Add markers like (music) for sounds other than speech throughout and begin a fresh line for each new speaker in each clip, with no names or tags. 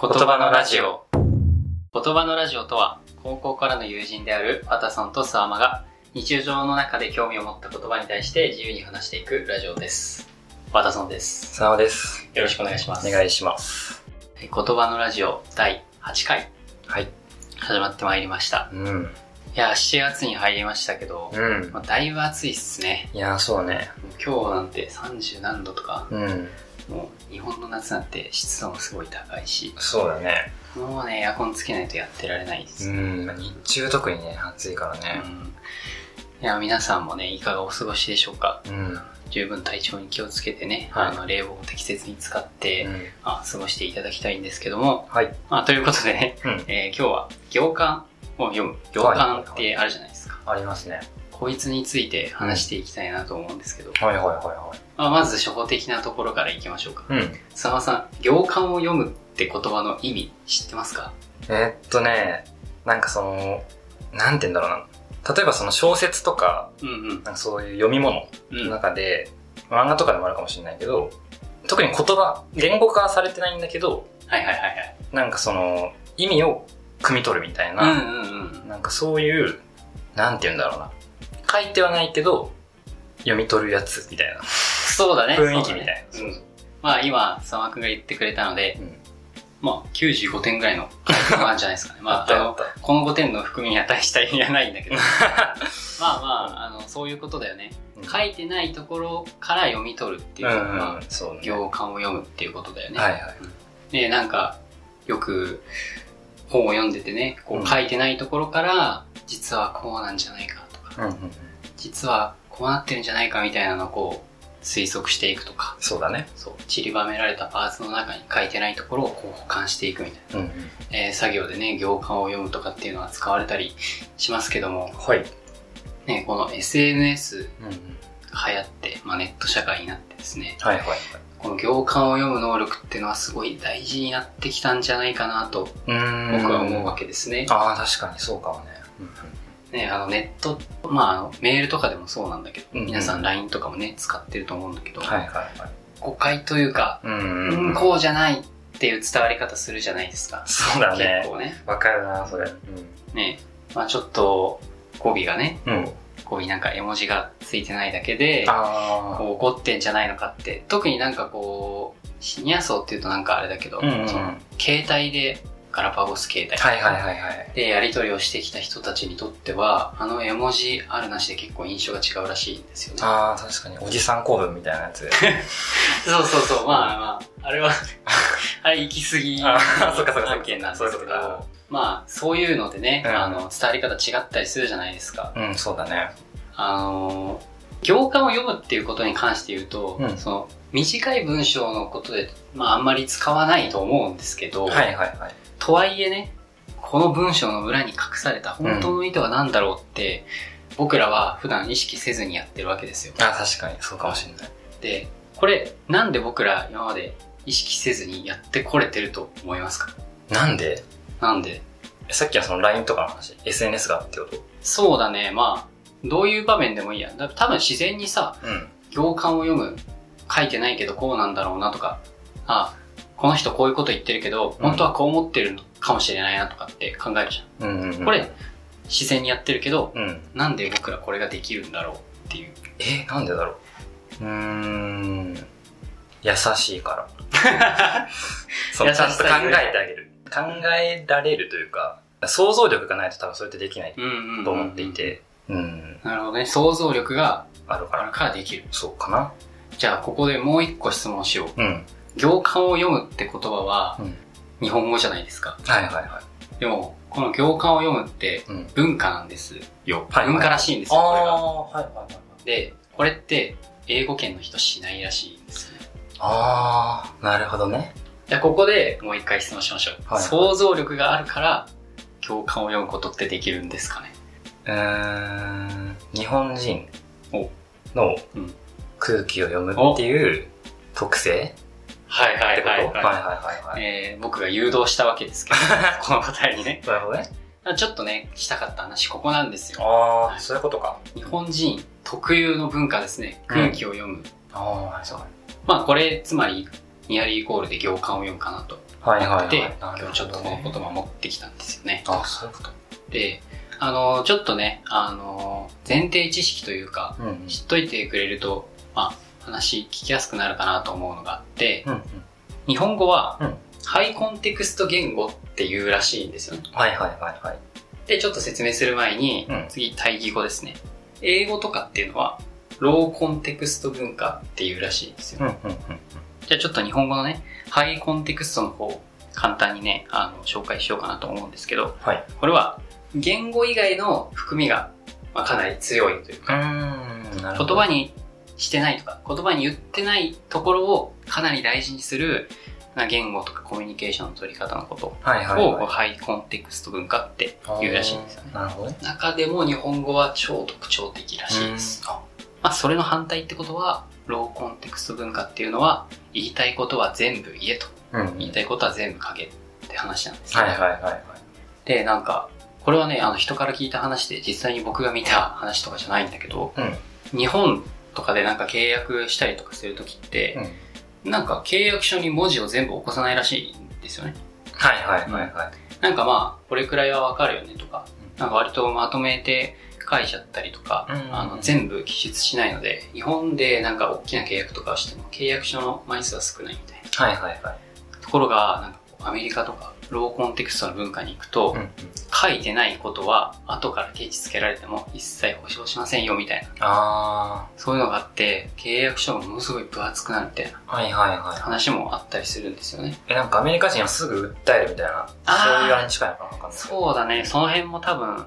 言葉のラジオ言葉のラジオとは高校からの友人であるワタさんとサーマが日常の中で興味を持った言葉に対して自由に話していくラジオですワタソンです
さなおです。
よろしくお願いします
お願いします。
言葉のラジオ第8回
はい
始まってまいりました
うん。
いや7月に入りましたけど、
うん。
まあ、だいぶ暑いっすね
いやー、そうね。
もう今日なんて30何度とか
うん。
もう日本の夏なんて湿度もすごい高いし
そうだね。
もうねエアコンつけないとやってられないです
うん。日中特にね、暑いからね。
いや、皆さんもね、いかがお過ごしでしょうか。
うん。
十分体調に気をつけてね、
はい
あの、冷房を適切に使って、
うん
まあ、過ごしていただきたいんですけども、
はい。
まあ、ということでね、 (laughs)
うん。
えー今日は行間を読む。行間ってあるじゃないですか。
ありますね。
こいつについて話していきたいなと思うんですけど、
はいはいは
まあ、まず初歩的なところからいきましょうか。
いはい。うん。
佐野さん、行間を読むって言葉の意味知ってますか
えーっとね、なんかその、なんて言うんだろうな。例えばその小説とか、
うんうん。
なんかそういう読み物
う
の
ん。
中で、漫画とかでもあるかもしれないけど、特に言葉、言語化はされてないんだけど、
はいはいはいはい。
なんかその、意味を汲み取るみたいな、
うんうんうん。
なんかそういう、なんて言うんだろうな。書いてはないけど、読み取るやつみたいな。
そうだね。
雰囲気みたいな
そうだねうんまあ今、佐野くんが言ってくれたので、
うん
まあ95点ぐらいの回答なんじゃないですかね。
(laughs)
まあ、あの、
た。
この5点の含みには大した意味はないん
(laughs)
だけど。まあまあ、あの、そういうことだよね。 (laughs) 書
い
いてないところから読み取るっていうのが、
うん
ま
う
あ
ん、そうね。
行間を読むっていうことだよね。
はいはい。
で、なんか、よく本を読んでてね、こ
う
うん書いてないところから、実はこうなんじゃないかとか、
うんうんうん、
実はこうなってるんじゃないかみたいなのをこう、推測していくとか。
そうだね。
そう散りばめられたパーツの中に書いてないところをこう保管していくみたい
うんうん。
な、えー作業でね行間を読むとかっていうのは使われたりしますけども、
はい。
ね、この SNS
うんうん。
が流行って、まあ、ネット社会になってですね
はいはい。
この行間を読む能力っていうのはすごい大事になってきたんじゃないかなと
うーん。
僕は思うわけですね,、
ああ、確かにそうかもね。
ねあのネット、まあ、あのメールとかでもそうなんだけど、
うんうん
皆さん LINE とかもね使ってると思うんだけど、
はいはいはい。
誤解というか、
うん
うん、こうじゃないっていう伝わり方するじゃないですか、
そうだ
結
ね。
構ね
わかるな、それ。
ね、まあちょっと語尾がね、
うん。
語尾なんか絵文字がついてないだけで、
ああ。
こう怒ってんじゃないのかって、特になんかこう、シニア層っていうとなんかあれだけど、
うんうんうん。
その
は
携帯で、ガラパゴス携帯
いはいはいはい。
でやり取りをしてきた人たちにとっては、あの絵文字あるなしで結構印象が違うらしいんですよね。
ああ、確かに。おじさん構文みたいなやつで。
そうそうそう、まあまあ、あ
(laughs)
れは、あれ行き過ぎ
あーそっかそっかそっか
案件なんです
そうい
け
う
ど
ことか、
まあそういうのでね、
うん
あの伝わり方違ったりするじゃないですか。
うん、そうだね。
あのー行間を読むっていうことに関して言うと、
うん
その短い文章のことで、まあ、あんまり使わないと思うんですけど、
はいはいはい。
とはいえねこの文章の裏に隠された本当の意図は何だろうって、僕らは普段意識せずにやってるわけですよ
あー確かに。そうかもしれない。
でこれなんで僕ら今まで意識せずにやってこれてると思いますか
なんで
なんで
さっきはその LINE とかの話、SNS がってこと
そうだねまあどういう場面でもいいやだ多分自然にさ
うん。
行間を読む書いてないけどこうなんだろうなとかあこの人こういうこと言ってるけど
うん
本当はこう思ってるのかもしれないなとかって考えるじゃん、
うんうん、うん。
これ自然にやってるけど
うん。
なんで僕らこれができるんだろうっていう
えーなんでだろううーん。優しいから。 (laughs) その
優し
ちゃ
さ
んと考えてあげる。考えられるというか、想像力がないと多分それってできない
うんうんうんうん
と思っていて、うん、
なるほどね想像力が
あるか
ある
ら。
からできる
そうかな。
じゃあここでもう一個質問しよう
うん。
行間を読むって言葉は
うん
日本語じゃないですか
はいはいは
でもこの行間を読むって
い。うん。
文化なんですよ、
はいはい
文化らしいんです
あ
よこれが
あ、はいはいはい。
で、これって英語圏の人しないらしいんですよね。
ああ、なるほどね。
じゃあここでもう一回質問しましょう。
はい
想像力があるから共感を読むことってできるんですかね。
うーん日本人
お
の
うん
空気を読むっていう特性
はいは
ってことはいはいはいはい。
えー僕が誘導したわけですけ
(laughs)
ど、この答えにね。
なるほどね。
ちょっとね、したかった話、ここなんですよ。
ああ、そういうことか。
日本人特有の文化ですね。空気を読む。
ああ、そう。
まあこれ、つまり、ニアリーイコールで行間を読むかなと
はいはいはい。
で、
な
今
るほどね
日ちょっとこの言葉持ってきたんですよね。
あ、そういうこと。
で、あの、ちょっとね、あの、前提知識というか、
うんうん。
知っといてくれると、まあ、話聞きやすくなるかなと思うのがあって、
うんうん。
日本語は、
うん
ハイコンテクスト言語っていうらしいんですよね。
はいはいはいはい。
で、ちょっと説明する前に、
うん
次、対義語ですね。英語とかっていうのは、ローコンテクスト文化っていうらしいんですよ。
うんうんうん。
じゃあちょっと日本語のね、ハイコンテクストの方を簡単にね、あの、紹介しようかなと思うんですけど、
はい。
これは言語以外の含みが、まあ、かなり強いという
う
か、
ーん、なるほ
言
ど。
葉にしてないとか、言葉に言ってないところをかなり大事にする、まあ言語とかコミュニケーションの取り方のことを、
はいはいはい、
ハイコンテクスト文化って言うらしいんですよね。
なるほどね。
中でも日本語は超特徴的らしいです。まあ、それの反対ってことは、ローコンテクスト文化っていうのは、言いたいことは全部言えと。
うん。はい
言いたいことは全部書けって話なんですよ
はいはいはい。
で、なんか、これはね、あの人から聞いた話で、実際に僕が見た話とかじゃないんだけど、日本とかでなんか契約したりとかするときって
う、ん。
なんか契約書に文字を全部起こさないらしいんですよね。
はいはいはいはい。
なんかまあ、これくらいはわかるよねとか、
うん
なんか割とまとめて書いちゃったりとか、
うん
あの全部記述しないので、日本でなんか大きな契約とかをしても契約書の枚数は少ないみたいな。
はいはいはい。
ところが、なんかこうアメリカとかローコンテクストの文化に行くと、
うんうん。
書いてないことは後からケチつけられても一切保証しませんよみたいな
あ
そういうのがあって契約書がものすごい分厚くなるみたいな
ー。はいはいは
話もあったりするんですよね
い。え、なんかアメリカ人はすぐ訴えるみたいな、
あー
そういうあれに近いのかなわかんないけど
そうだねその辺も多分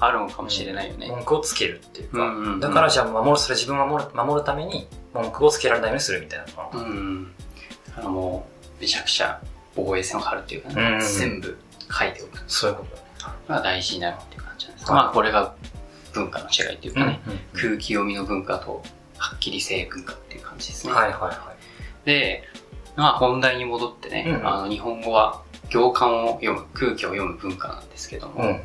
あるのかもしれないよね、
文句をつけるっていうか、
うんうんうん
だからじゃあ守る、それ自分を守る守るために、文句をつけられないようにするみたいなのかな
うん、あのもうめちゃくちゃ防衛線を張るっていうか、
うんうん
全部書いておく
そういうこと
のが大事になるっていう感じなんです、
はい
まあこれが文化の違いっていうか
だ
ね
ね、。
空気読みの文化とはっきり性文化っていう感じですね、
はいはいはい。
で、まあ本題に戻ってね、
うん
あの日本語は行間を読む、空気を読む文化なんですけども、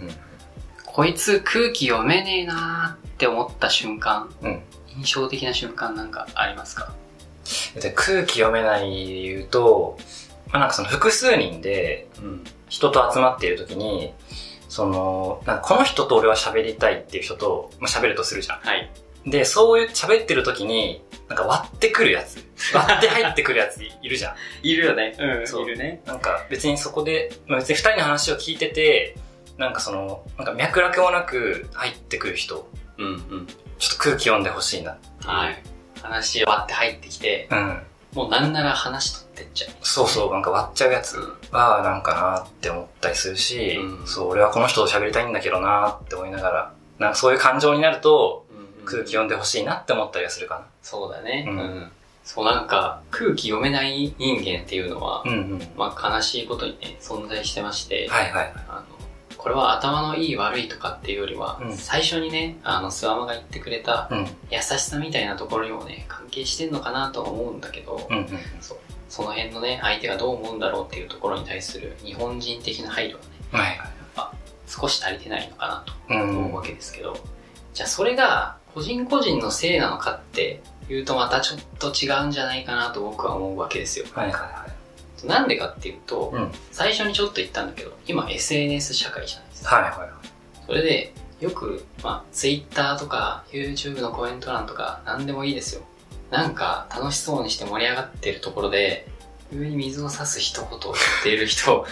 こいつ空気読めねえなーって思った瞬間、
うんうん。
印象的な瞬間なんかありますか
で空気読めないで言うと、まあ、なんかその複数人で
うん。
人と集まっている時に、その、なんかこの人と俺は喋りたいっていう人と、まあ、喋るとするじゃ
はい。
ん。で、そういう喋ってる時に、なんか割ってくるやつ、割って入ってくるやついる (laughs) じゃん。
いるよね。うん
そう
いるね。
なんか別にそこで、まあ、別に二人の話を聞いてて、なんかその、なんか脈絡もなく入ってくる人、
うんうん。
ちょっと空気読んでほしいな。
はい。話終わって入ってきて、
うん。
もうなんなら話取ってっちゃう。
そうそう、なんか割っちゃうやつ。はなんかなって思ったりするし、
うん
そう、俺はこの人と喋りたいんだけどなって思いながら、なんかそういう感情になると、
うん
空気読んでほしいなって思ったりはするか
そうだね。
うん
そうなんか、空気読めない人間っていうのは、
な。うんうん。
まあ悲しいことにね、存在してまして、
はいはい。
あの、これは頭のいい悪いとかっていうよりは、
うん
最初にね、あの、スワマが言ってくれた
うん。
優しさみたいなところにもね、関係してんのかなとは思うんだけど、
うんうん。
その辺のね、相手がどう思うんだろうっていうところに対する日本人的な配慮がね、
はいは
少し足りてないのかなと
い。うん。
思うわけですけど、じゃあそれが個人個人のせいなのかっていうとまたちょっと違うんじゃないかなと僕は思うわけですよ。
はいはいは
なんでかっていうと
い。、うん。はい
最初にちょっと言ったんだけど、今 SNS 社会じゃないですか。
はいは
それで、よく、まあ、Twitter とか YouTube のコメント欄とか何でもいいですよ。なんか楽しそうにして盛り上がってるところで、上に水を差す一言を言っている
(laughs)
人、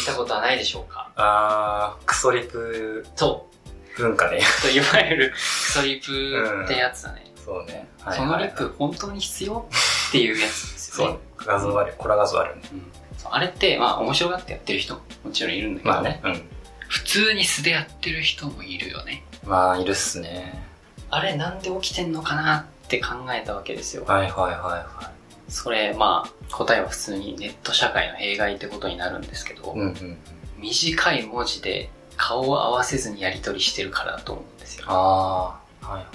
見たことはないでしょうか
い。あー、クソリプ
と、
文化ね。
といわゆるクソリプってやつだね。
そうね。はい
そ
はい
の
はい
リプ本当に必要っていうやつです
そ
よね
う。。画像ある。これは画像あるね。
うんそうあれって、まあ面白がってやってる人ももちろんいるんだけど、
まあね。うん。
普通に素でやってる人もいるよね。
まあ、いるっすね。
あれなんで起きてんのかなって考えたわけですよ。
はいはいはいは
それまあ答えは普通にネット社会の弊害ってことになるんですけど、
い。うんうん。
短い文字で顔を合わせずにやり取りしてるからだと思うんですよ
あー。はいは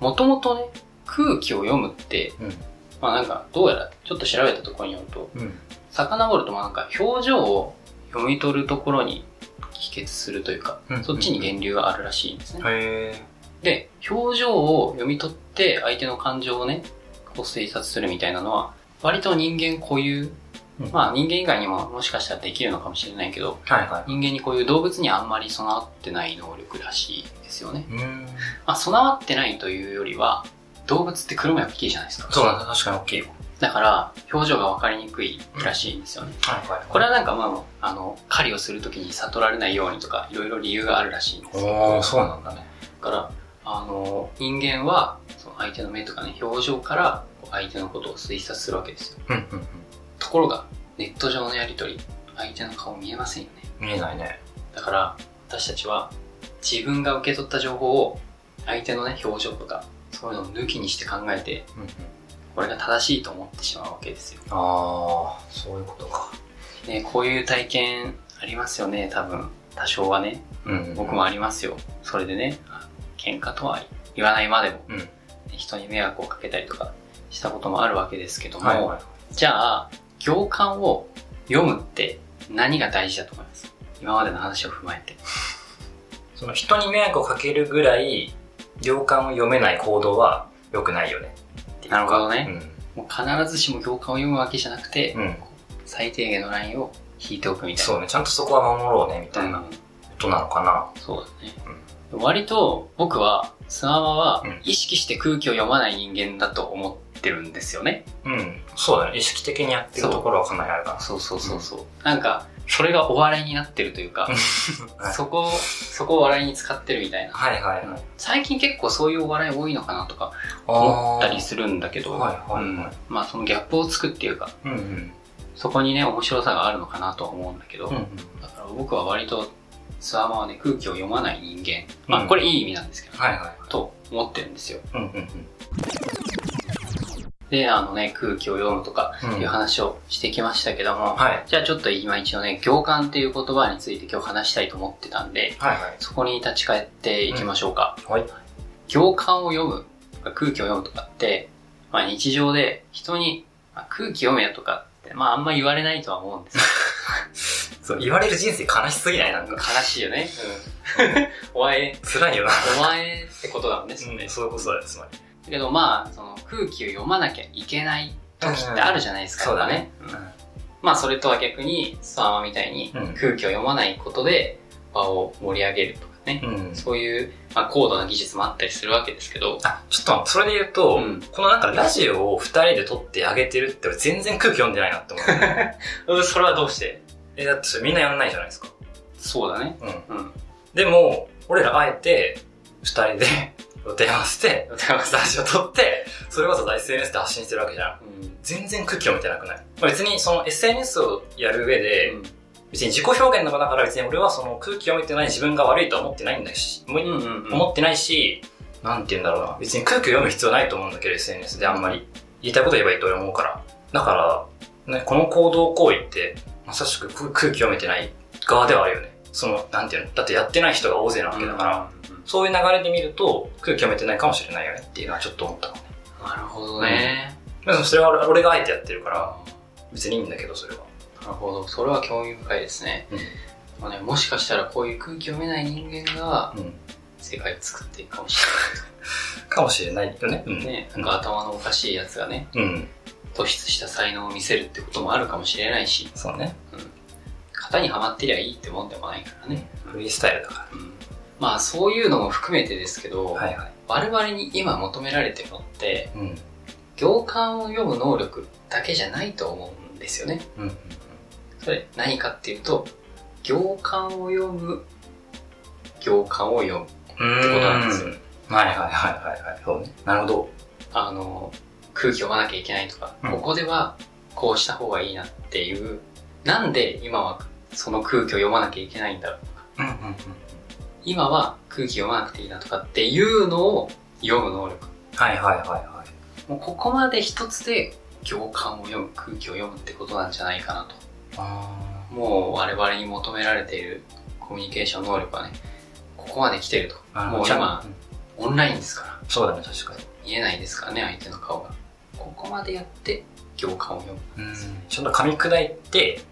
もともとね空気を読むって
い。
まあなんかどうやらちょっと調べたところによると
うん。うん。
遡るとまあなんか表情を読み取るところに帰結するというか、
うん
そっちに源流があるらしいんですね、
へー。
で表情を読み取って相手の感情をねこう推察するみたいなのは割と人間固有
うん
まあ人間以外にももしかしたらできるのかもしれないけど、
はいは
人間にこういう動物にあんまり備わってない能力らしいですよね。
い。うん。
まあ備わってないというよりは、動物って黒目大きいじゃないですか。
そうだね、確かに大きいよ。
だから、表情がわかりにくいらしいんですよね。
はいはい。
これはなんかまあ、あの、狩りをするときに悟られないようにとか、いろいろ理由があるらしいんですけど
おー、そうなんだね。
だから、あの、人間は、その相手の目とかね、表情から、こう相手のことを推察するわけですよ。
うんうんうん。
ところが、ネット上のやりとり、相手の顔見えませんよね。
見えないね。
だから、私たちは、自分が受け取った情報を、相手のね、表情とか、そういうのを抜きにして考えて、
うんうん。
これが正しいと思ってしまうわけですよ。
あー、そういうことか。
ね、こういう体験ありますよね、多分。多少はね。
うん
僕もありますよ。それでね、あ喧嘩とは言わないまでも、
うん
ね人に迷惑をかけたりとかしたこともあるわけですけども、
はいはい。
じゃあ、行間を読むって何が大事だと思います今までの話を踏まえて。
その人に迷惑をかけるぐらい、行間を読めない行動は良くないよね。っていうか
なるほどね。もう必ずしも行間を読むわけじゃなくて
う、ん。うん。
最低限のラインを引いておくみたいな。
そうね、ちゃんとそこは守ろうね、
み
みた
た
い
い
な
な
こ。となのかな。
そうだね。割と僕は、スママは
うん
意識して空気を読まない人間だと思ってるんですよね。
うん。そうだね。意識的にやってるところはかなりあるか
そうそうそうそう。なんか、それがお笑いになってるというか、 (laughs)
ら。はい
そこを、そこを笑いに使ってるみたいな。
はいはいはい。
最近結構そういうお笑い多いのかなとか
あ
思
ー
ったりするんだけど、
はいはいはい
うんまあそのギャップをつくっていうか、
うんうん。
そこにね、面白さがあるのかなとは思うんだけど、
うんうん。
だから僕は割と、スワマはね、空気を読まない人間。ま
う
あ
ん
これいい意味なんですけど、
はいは
と思ってるんですよ。
い。うんうん
で、あのね、空気を読むとか
うん。
っ
う
て
ん
いう話をしてきましたけども、
はい。
じゃあちょっと今一応ね、行間っていう言葉について今日話したいと思ってたんで、
はいはい。
そこに立ち返っていきましょうか。
はい。
行間を読むとか空気を読むとかって、まあ日常で人にまあ空気読めやとかって、まああんま言われないとは思うんですよ。
そう、言われる人生悲しすぎないなん
なん
か。
か悲しいよね。お前、
辛いよな。
お前ってことだもんね、それね。
そういうことだよ、つまり。
だけどまあ、その空気を読まなきゃいけない時ってあるじゃないですか、
うん
やっぱ
そうだね
まあそれとは逆に、スワマみたいに
うん
空気を読まないことで場を盛り上げるとかね。
うん。
そういう、まあ、高度な技術もあったりするわけですけど、
あ、ちょっと待って、それで言うと、
うん
このなんかラジオを二人で撮ってあげてるって俺全然空気読んでないな (laughs) って思う。
それはどうして
え、だってそれみんなやんないじゃないですか。
そうだね。
うん。
うん。
でも、俺らあえて、二人で予定合わせて、
わかりまし
ラジオ撮って、それこそ SNS で発信してるわけじゃん。
たうん。
全然空気読めてなくないまあ別にその SNS をやる上で、
うん
別に自己表現の場だから別に俺はその空気読めてない自分が悪いとは思ってないんだし、もう
うんうんうん
思ってないし、なんて言うんだろうな。別に空気を読む必要ないと思うんだけど、SNS であんまり。言いたいこと言えばいいと俺は思うから。だから、ね、この行動行為って、まさしく空空気読めてない側ではあるよね。その、なんていうのだってやってない人が大勢なわけだから、
うんうん
そういう流れで見ると、空気読めてないかもしれないよねっていうのはちょっと思ったかもね。
なるほどね。
でもそれは俺があえてやってるから、
あ
別にいいんだけど、それは。
ーなるほど。それは興味深いですね。
うん
まあね、もしかしたらこういう空気読めない人間が
うん。
世界を作っていくかもし
かもしれないよね。う
れ
ん。
ない。ね、なんか頭のおかしいやつがね、
うん。
突出した才能を見せるってこともあるかもしれないし、
そうね。
型にはまってりゃいいってもんでもないからね。
フリースタイルだか
うんまあそういうのも含めてですけど、
ら。はいはい。
我々に今求められてるのって、
うん。うん。
行間を読む能力だけじゃないと思うんですよね。
うんうん。
それ何かっていうと、行間を読む、行間を読む。
ってことなんですよ。はいはいはいはいはい。そうね。なるほど。
あの、空気読まなきゃいけないとか、
うん
ここではこうした方がいいなっていう、なんで今はその空気を読まなきゃいけないんだろう。
うんうんうん。
今は空気読まなくていいなとかっていうのを読む能力。
はいはいはいはい。
もうここまで一つで行間を読む、空気を読むってことなんじゃないかなと。
あ
もう我々に求められているコミュニケーション能力はね、ここまで来てると。
あ
もう今、オンラインですから。
そうだね、確かに。
見えないですからね、相手の顔が。ここまでやって、行間を読む。
うん。ちゃんと噛み砕いて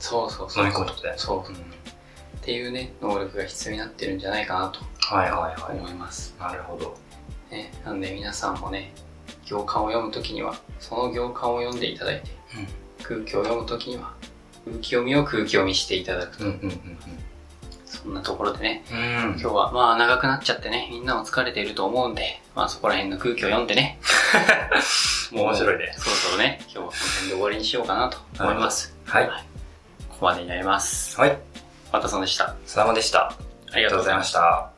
そうそうそ
飲
う。
み込むってことだよね。
そう。っていうね、能力が必要になってるんじゃないかなと
はいはいは
思います。
い。なるほど。
ね、なんで皆さんもね、行間を読むときには、その行間を読んでいただいて、
うん
空気を読むときには、空気読みを空気読みしていただくと。
うんうんうんうん。
そんなところでね、
うん。
今日はまあ長くなっちゃってね、みんなも疲れていると思うんで、まあそこら辺の空気を読んでね、
もう (laughs) 面白いね。
そろそろね、今日はこの辺で終わりにしようかなと思います。
はい。
ここまでになります。
はい。
ワタソンでした。
さだまでした。あ
あり
り
がとう
がとう
ござ
ござ
い
い
ま
ま
し。
したた。